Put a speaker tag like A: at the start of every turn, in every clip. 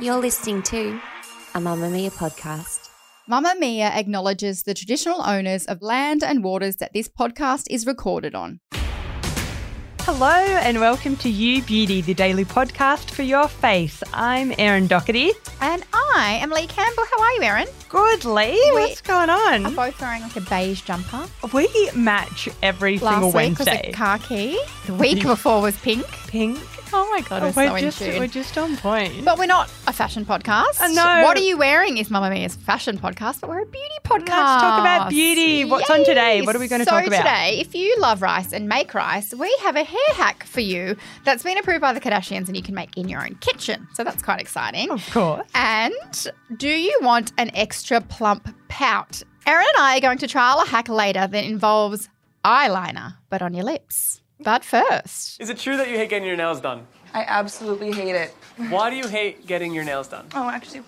A: You're listening to a Mamma Mia podcast.
B: Mamma Mia acknowledges the traditional owners of land and waters that this podcast is recorded on.
C: Hello and welcome to You Beauty, the daily podcast for your face. I'm Erin Doherty.
B: And I am Lee Campbell. How are you, Erin?
C: Good, Lee. What's going
B: I'm
C: on?
B: both wearing like a beige jumper.
C: We match every
B: Last
C: single
B: week was
C: Wednesday.
B: a khaki. The week before was pink.
C: Pink. Oh my god,
B: I'm
C: we're
B: so in
C: just
B: tune.
C: we're just on point.
B: But we're not a fashion podcast.
C: I know.
B: What are you wearing is Mamma Mia's fashion podcast, but we're a beauty podcast.
C: Let's talk about beauty. What's on today? What are we gonna
B: so
C: talk about?
B: today, if you love rice and make rice, we have a hair hack for you that's been approved by the Kardashians and you can make in your own kitchen. So that's quite exciting.
C: Of course.
B: And do you want an extra plump pout? Erin and I are going to trial a hack later that involves eyeliner, but on your lips. But first,
D: Is it true that you hate getting your nails done?
E: I absolutely hate it.
D: Why do you hate getting your nails done?
E: Oh, actually,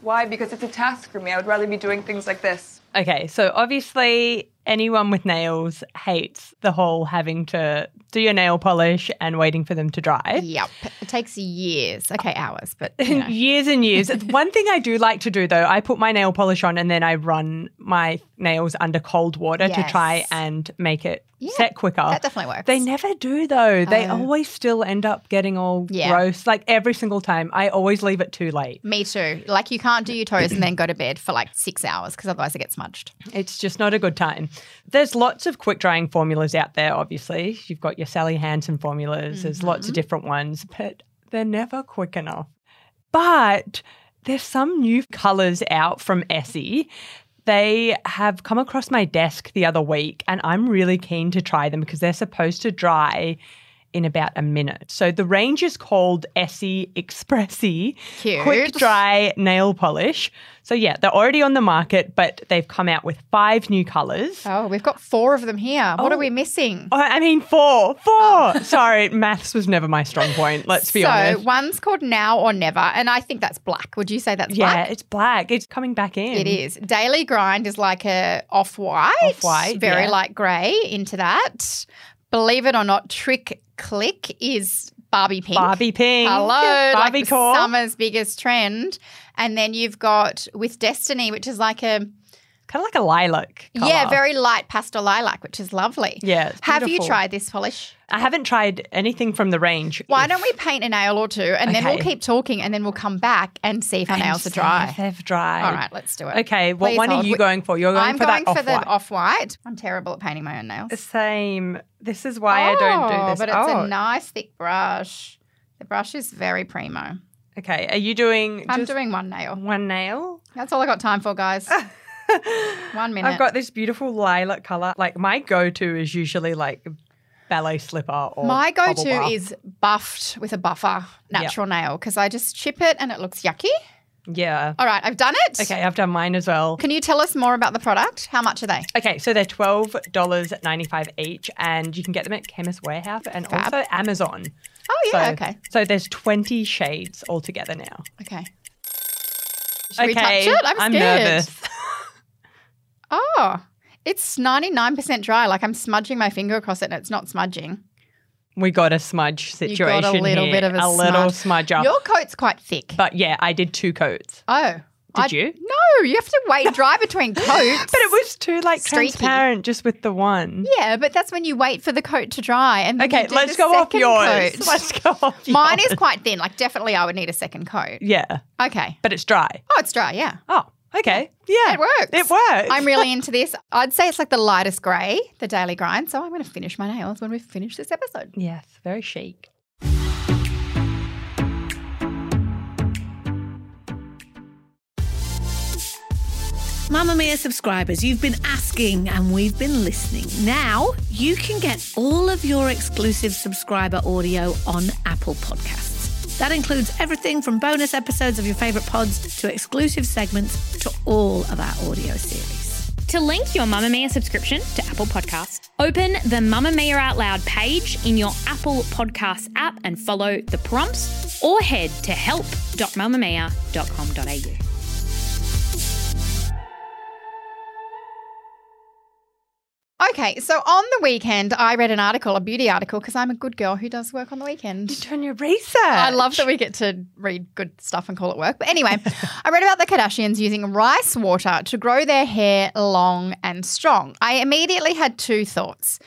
E: why? Because it's a task for me. I would rather be doing things like this.
C: Okay, so obviously anyone with nails hates the whole having to do your nail polish and waiting for them to dry.
B: yep, it takes years. Okay, hours, but you know.
C: Years and years. It's One thing I do like to do though, I put my nail polish on and then I run my nails under cold water to try
B: Yes.
C: and make it set quicker.
B: that definitely works. Oh.
C: They never do though. They always still end up getting all
B: Yeah.
C: gross. Like every single time, I always leave it too late.
B: me too. Like you can't do your toes and then go to bed for like six hours because otherwise it gets smudged.
C: It's just not a good time. There's lots of quick drying formulas out there, obviously. You've got your Sally Hansen formulas, there's lots of
B: Mm-hmm.
C: different ones, but they're never quick enough. But there's some new colors out from Essie. They have come across my desk the other week, and I'm really keen to try them because they're supposed to dry in about a minute. So the range is called Essie Expressi
B: Cute.
C: Quick Dry Nail Polish. So yeah, they're already on the market, but they've come out with five new colors.
B: Oh, we've got four of them here. What are we missing?
C: Oh, I mean, four, four. Sorry, maths was never my strong point. Let's be
B: Oh. so
C: honest.
B: one's called Now or Never, and I think that's black. Would you say that's
C: Yeah,
B: black?
C: it's black. It's coming back in.
B: It is. Daily grind is like a off white,
C: Off-white,
B: very
C: yeah.
B: light grey into that. Believe it or not, trick click is Barbie pink.
C: Barbie pink.
B: Hello, like
C: Barbie
B: the
C: core.
B: summer's biggest trend. And then you've got with Destiny, which is like a
C: Kind of like a lilac. Color.
B: yeah, very light pastel lilac, which is lovely.
C: Yeah, it's
B: Have you
C: beautiful.
B: tried this polish?
C: I haven't tried anything from the range.
B: Why
C: If-
B: don't we paint a nail or two, and then we'll
C: Okay.
B: keep talking, and then we'll come back and see if our nails are
C: If
B: dry.
C: They've dried.
B: All right, let's do it.
C: Okay, what one are you going for? You're going
B: I'm
C: for that
B: going for
C: off-white.
B: the off white. I'm terrible at painting my own nails.
C: Same. This is why I don't do
B: Oh,
C: this.
B: But it's
C: oh,
B: a nice thick brush. The brush is very primo.
C: okay. Are you doing?
B: I'm
C: just
B: doing one nail.
C: one nail.
B: That's all I got time for, guys. one minute.
C: I've got this beautiful lilac color. Like my go-to is usually like ballet slipper or
B: my
C: bubble
B: go-to
C: bath.
B: is buffed with a buffer natural nail because I just chip it and it looks yucky.
C: yeah.
B: All right, I've done it.
C: Okay, I've done mine as well.
B: Can you tell us more about the product? How much are they?
C: Okay, so they're twelve dollars ninety-five each, and you can get them at Chemist Warehouse and
B: Fab.
C: also Amazon.
B: Oh yeah,
C: so,
B: okay,
C: So there's twenty shades altogether now.
B: okay. Should
C: okay,
B: we touch it? I'm scared.
C: nervous.
B: Oh, it's 99% dry. Like I'm smudging my finger across it, and it's not smudging.
C: We got a smudge
B: You
C: situation
B: got a little
C: here.
B: bit of a,
C: a little
B: smudge.
C: smudger.
B: Your coat's quite thick.
C: But yeah, I did two coats.
B: Oh. Did
C: you?
B: No, you have to wait dry between coats.
C: But it was too like
B: Streaky.
C: transparent just with the one.
B: Yeah, but that's when you wait for the coat to dry and then
C: Okay,
B: you do
C: let's
B: the
C: go off
B: second
C: yours.
B: coat.
C: Let's go off yours.
B: Mine is quite thin. Like definitely I would need a second coat.
C: Yeah,
B: Okay.
C: but it's dry.
B: Oh, it's dry, yeah.
C: Oh, okay. Yeah.
B: It works.
C: It works.
B: I'm really into this. I'd say it's like the lightest grey, the daily grind. So I'm going to finish my nails when we finish this episode.
C: Yes, very chic.
F: Mamma Mia subscribers, you've been asking and we've been listening. Now you can get all of your exclusive subscriber audio on Apple Podcasts. That includes everything from bonus episodes of your favourite pods to exclusive segments to all of our audio series.
G: To link your Mamma Mia subscription to Apple Podcasts, open the Mamma Mia Out Loud page in your Apple Podcasts app and follow the prompts or head to help.mamamia.com.au.
B: Okay, so on the weekend, I read an article, a beauty article, because I'm a good girl who does work on the weekend.
C: Turn your research.
B: I love that we get to read good stuff and call it work. But anyway, I read about the Kardashians using rice water to grow their hair long and strong. I immediately had two thoughts.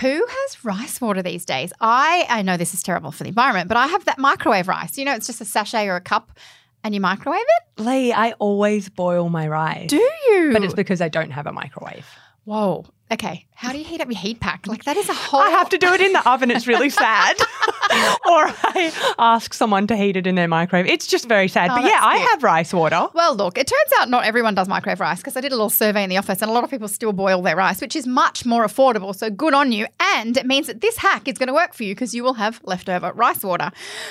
B: Who has rice water these days? I I know this is terrible for the environment, but I have that microwave rice. You know, it's just a sachet or a cup and you microwave it?
C: Lee, I always boil my rice.
B: Do you?
C: But it's because I don't have a microwave.
B: Whoa. Okay. How do you heat up your heat pack? Like that is a whole
C: I have to do it in the oven. It's really sad. or I ask someone to heat it in their microwave. It's just very sad.
B: Oh,
C: but yeah,
B: that's
C: I
B: cute.
C: have rice water.
B: Well, look, it turns out not everyone does microwave rice because I did a little survey in the office and a lot of people still boil their rice, which is much more affordable. So good on you. And it means that this hack is going to work for you because you will have leftover rice water.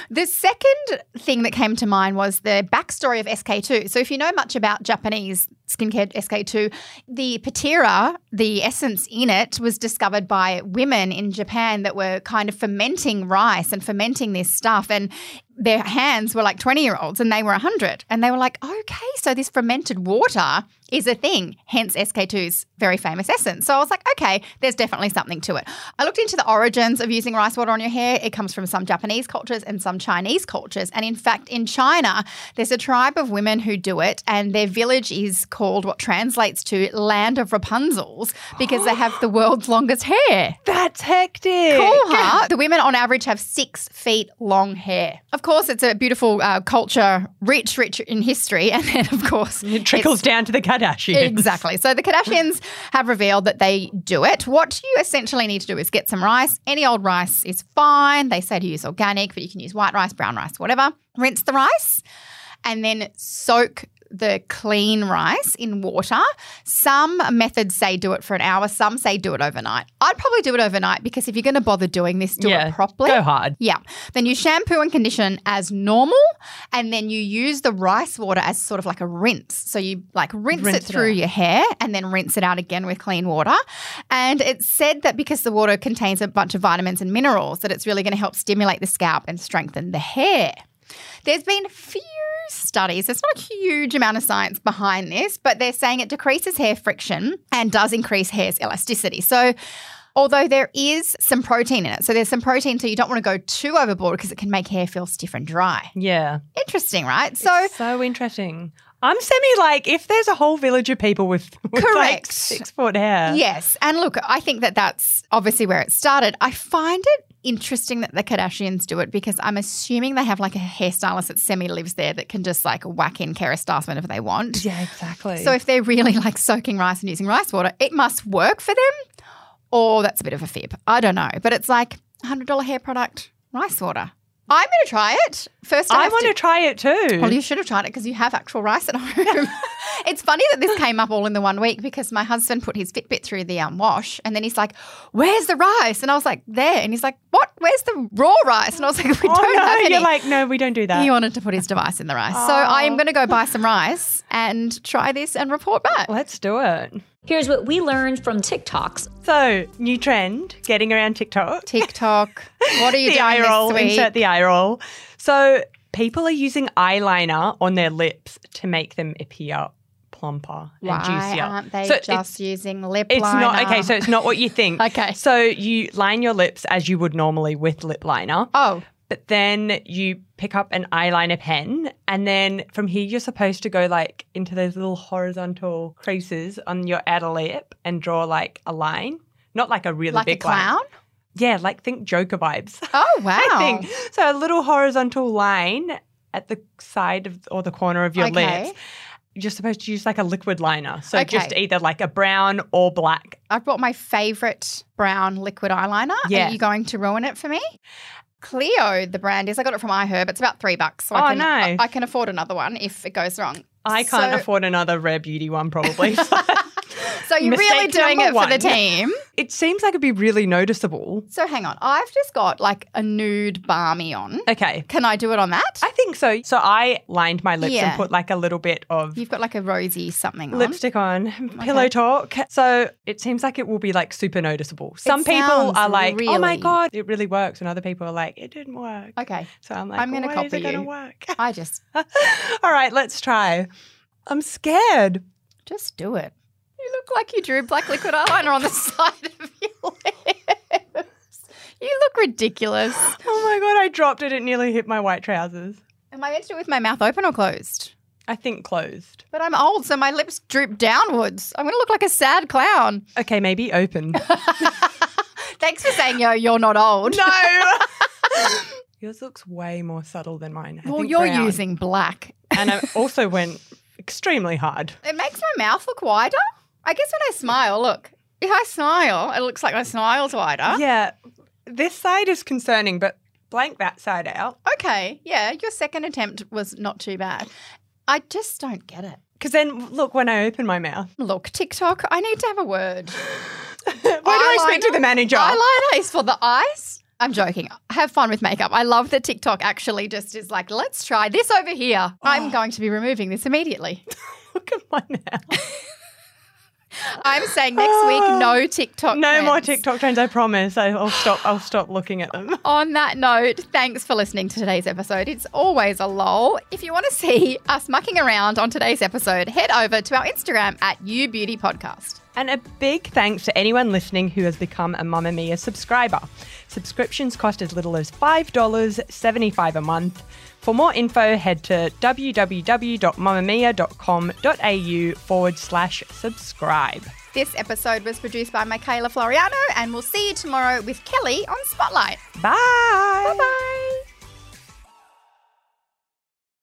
B: The second thing that came to mind was the backstory of SK2. So if you know much about Japanese skincare SK2, the patera, the essence in it, was discovered by women in Japan that were kind of fermenting rice and fermenting this stuff. And their hands were like 20 year olds and they were 100. And they were like, okay, so this fermented water is a thing, hence SK2's very famous essence. So I was like, okay, there's definitely something to it. I looked into the origins of using rice water on your hair. It comes from some Japanese cultures and some Chinese cultures. And in fact, in China, there's a tribe of women who do it, and their village is called what translates to Land of Rapunzels because they have the world's longest hair.
C: That's hectic.
B: Cool, huh? The women on average have six feet long hair. Of course, it's a beautiful uh, culture, rich, rich in history. And then, of course,
C: It trickles down to the Kardashians.
B: Exactly. So the Kardashians have revealed that they do it. What you essentially need to do is get some rice. Any old rice is fine. They say to use organic, but you can use white rice, brown rice, whatever. Rinse the rice and then soak the clean rice in water. Some methods say do it for an hour, some say do it overnight. I'd probably do it overnight because if you're going to bother doing this, do
C: Yeah,
B: it properly.
C: go hard.
B: Yeah. Then you shampoo and condition as normal, and then you use the rice water as sort of like a rinse. So you like rinse,
C: Rinse
B: it
C: it
B: through
C: out.
B: your hair and then rinse it out again with clean water. And it's said that because the water contains a bunch of vitamins and minerals, that it's really going to help stimulate the scalp and strengthen the hair. There's been few studies. There's not a huge amount of science behind this, but they're saying it decreases hair friction and does increase hair's elasticity. So although there is some protein in it. So there's some protein so you don't want to go too overboard because it can make hair feel stiff and dry.
C: Yeah.
B: Interesting, right? So
C: So interesting. I'm semi like, if there's a whole village of people with, with like
B: Correct.
C: six foot hair.
B: Yes. And look, I think that that's obviously where it started. I find it interesting that the Kardashians do it because I'm assuming they have like a hairstylist that semi lives there that can just like whack in Kara Stars whenever they want.
C: Yeah, exactly.
B: So if they're really like soaking rice and using rice water, it must work for them. Or that's a bit of a fib. I don't know. But it's like $100 hair product, rice water. I'm going to try it. First, I,
C: I want to try it too.
B: well, you should have tried it because you have actual rice at home. it's funny that this came up all in the one week because my husband put his Fitbit through the um, wash and then he's like, Where's the rice? And I was like, There. And he's like, What? Where's the raw rice? And I was like, We
C: oh
B: don't
C: no,
B: have any.
C: you're like, uh, Oh. no, we don't do that.
B: he wanted to put his device in the rice. So I am going to go buy some rice and try this and report back.
C: Let's do it.
H: Here's what we learned from TikToks.
C: So, new trend getting around TikTok.
B: TikTok. What are you
C: the
B: doing
C: eye
B: this
C: roll,
B: week?
C: insert the eye roll. So people are using eyeliner on their lips to make them appear plumper
B: Why
C: and juicier.
B: aren't they
C: So it's-
B: just using lip
C: it's
B: liner?
C: not okay, so it's not what you think.
B: Okay.
C: So you line your lips as you would normally with lip liner,
B: oh,
C: but then you pick up an eyeliner pen and then from here you're supposed to go like into those little horizontal creases on your outer lip and draw like a line. Not like a really
B: like a
C: big line.
B: clown?
C: Yeah, like think Joker vibes.
B: Oh, wow.
C: I think. So a little horizontal line at the side of or the corner of your
B: Okay.
C: lips. You're supposed to use like a liquid liner. So just
B: Okay.
C: either like a brown or black.
B: I've bought my favorite brown liquid eyeliner.
C: Yeah.
B: Are you going to ruin it for me? Cleo, the brand is. I got it from iHerb. It's about three bucks. So
C: Oh,
B: I can,
C: nice.
B: I, I can afford another one if it goes wrong.
C: I can't
B: So-
C: afford another rare beauty one, probably.
B: So you're really
C: Mistake
B: doing
C: number
B: it for the
C: one.
B: team.
C: it seems like it'd be really noticeable.
B: So hang on. I've just got like a nude balmy on.
C: Okay.
B: Can I do it on that?
C: I think so. So I lined my lips
B: Yeah.
C: and put like a little bit of
B: You've got like a rosy something on.
C: lipstick on, pillow talk. So it seems like it will be like super noticeable. Some people
B: sounds
C: are like, oh my
B: really-
C: God, it really works. And other people are like, it didn't work.
B: Okay.
C: So I'm like,
B: I'm gonna
C: why is
B: copy
C: it going to
B: you."
C: work?
B: I just
C: All right, let's try. I'm scared.
B: just do it. You look like you drew black liquid eyeliner on the side of your lips. You look ridiculous.
C: Oh my God, I dropped it. It nearly hit my white trousers.
B: Am I meant to do it with my mouth open or closed?
C: I think closed.
B: But I'm old, so my lips droop downwards. I'm going to look like a sad clown.
C: Okay, maybe open.
B: Thanks for saying, yo, you're not old.
C: no. Yours looks way more subtle than mine. I
B: Well,
C: think
B: you're
C: brown.
B: using black.
C: and I also went extremely hard.
B: It makes my mouth look wider. I guess when I smile, look. If I smile, it looks like my smile's wider.
C: Yeah, this side is concerning, but blank that side out
B: Okay. Yeah. Your second attempt was not too bad. I just don't get it.
C: because then look when I open my mouth.
B: Look, TikTok, I need to have a word.
C: Why do I speak to the manager?
B: Eyeliner is for the eyes. I'm joking. Have fun with makeup. I love that TikTok actually just is like, let's try this over here.
C: Ah.
B: I'm going to be removing this immediately.
C: look at my mouth.
B: I'm saying next week, no TikTok.
C: Ah. No more
B: trends.
C: TikTok trends. I promise. I- I'll stop. I'll stop looking at them.
B: On that note, thanks for listening to today's episode. It's always a lol. If you want to see us mucking around on today's episode, head over to our Instagram at YouBeautyPodcast. Podcast.
C: And a big thanks to anyone listening who has become a Mamma Mia subscriber. Subscriptions cost as little as $5.75 a month. For more info, head to www.mamamia.com.au forward slash subscribe.
B: This episode was produced by Michaela Floriano, and we'll see you tomorrow with Kelly on Spotlight.
C: Bye. Bye bye.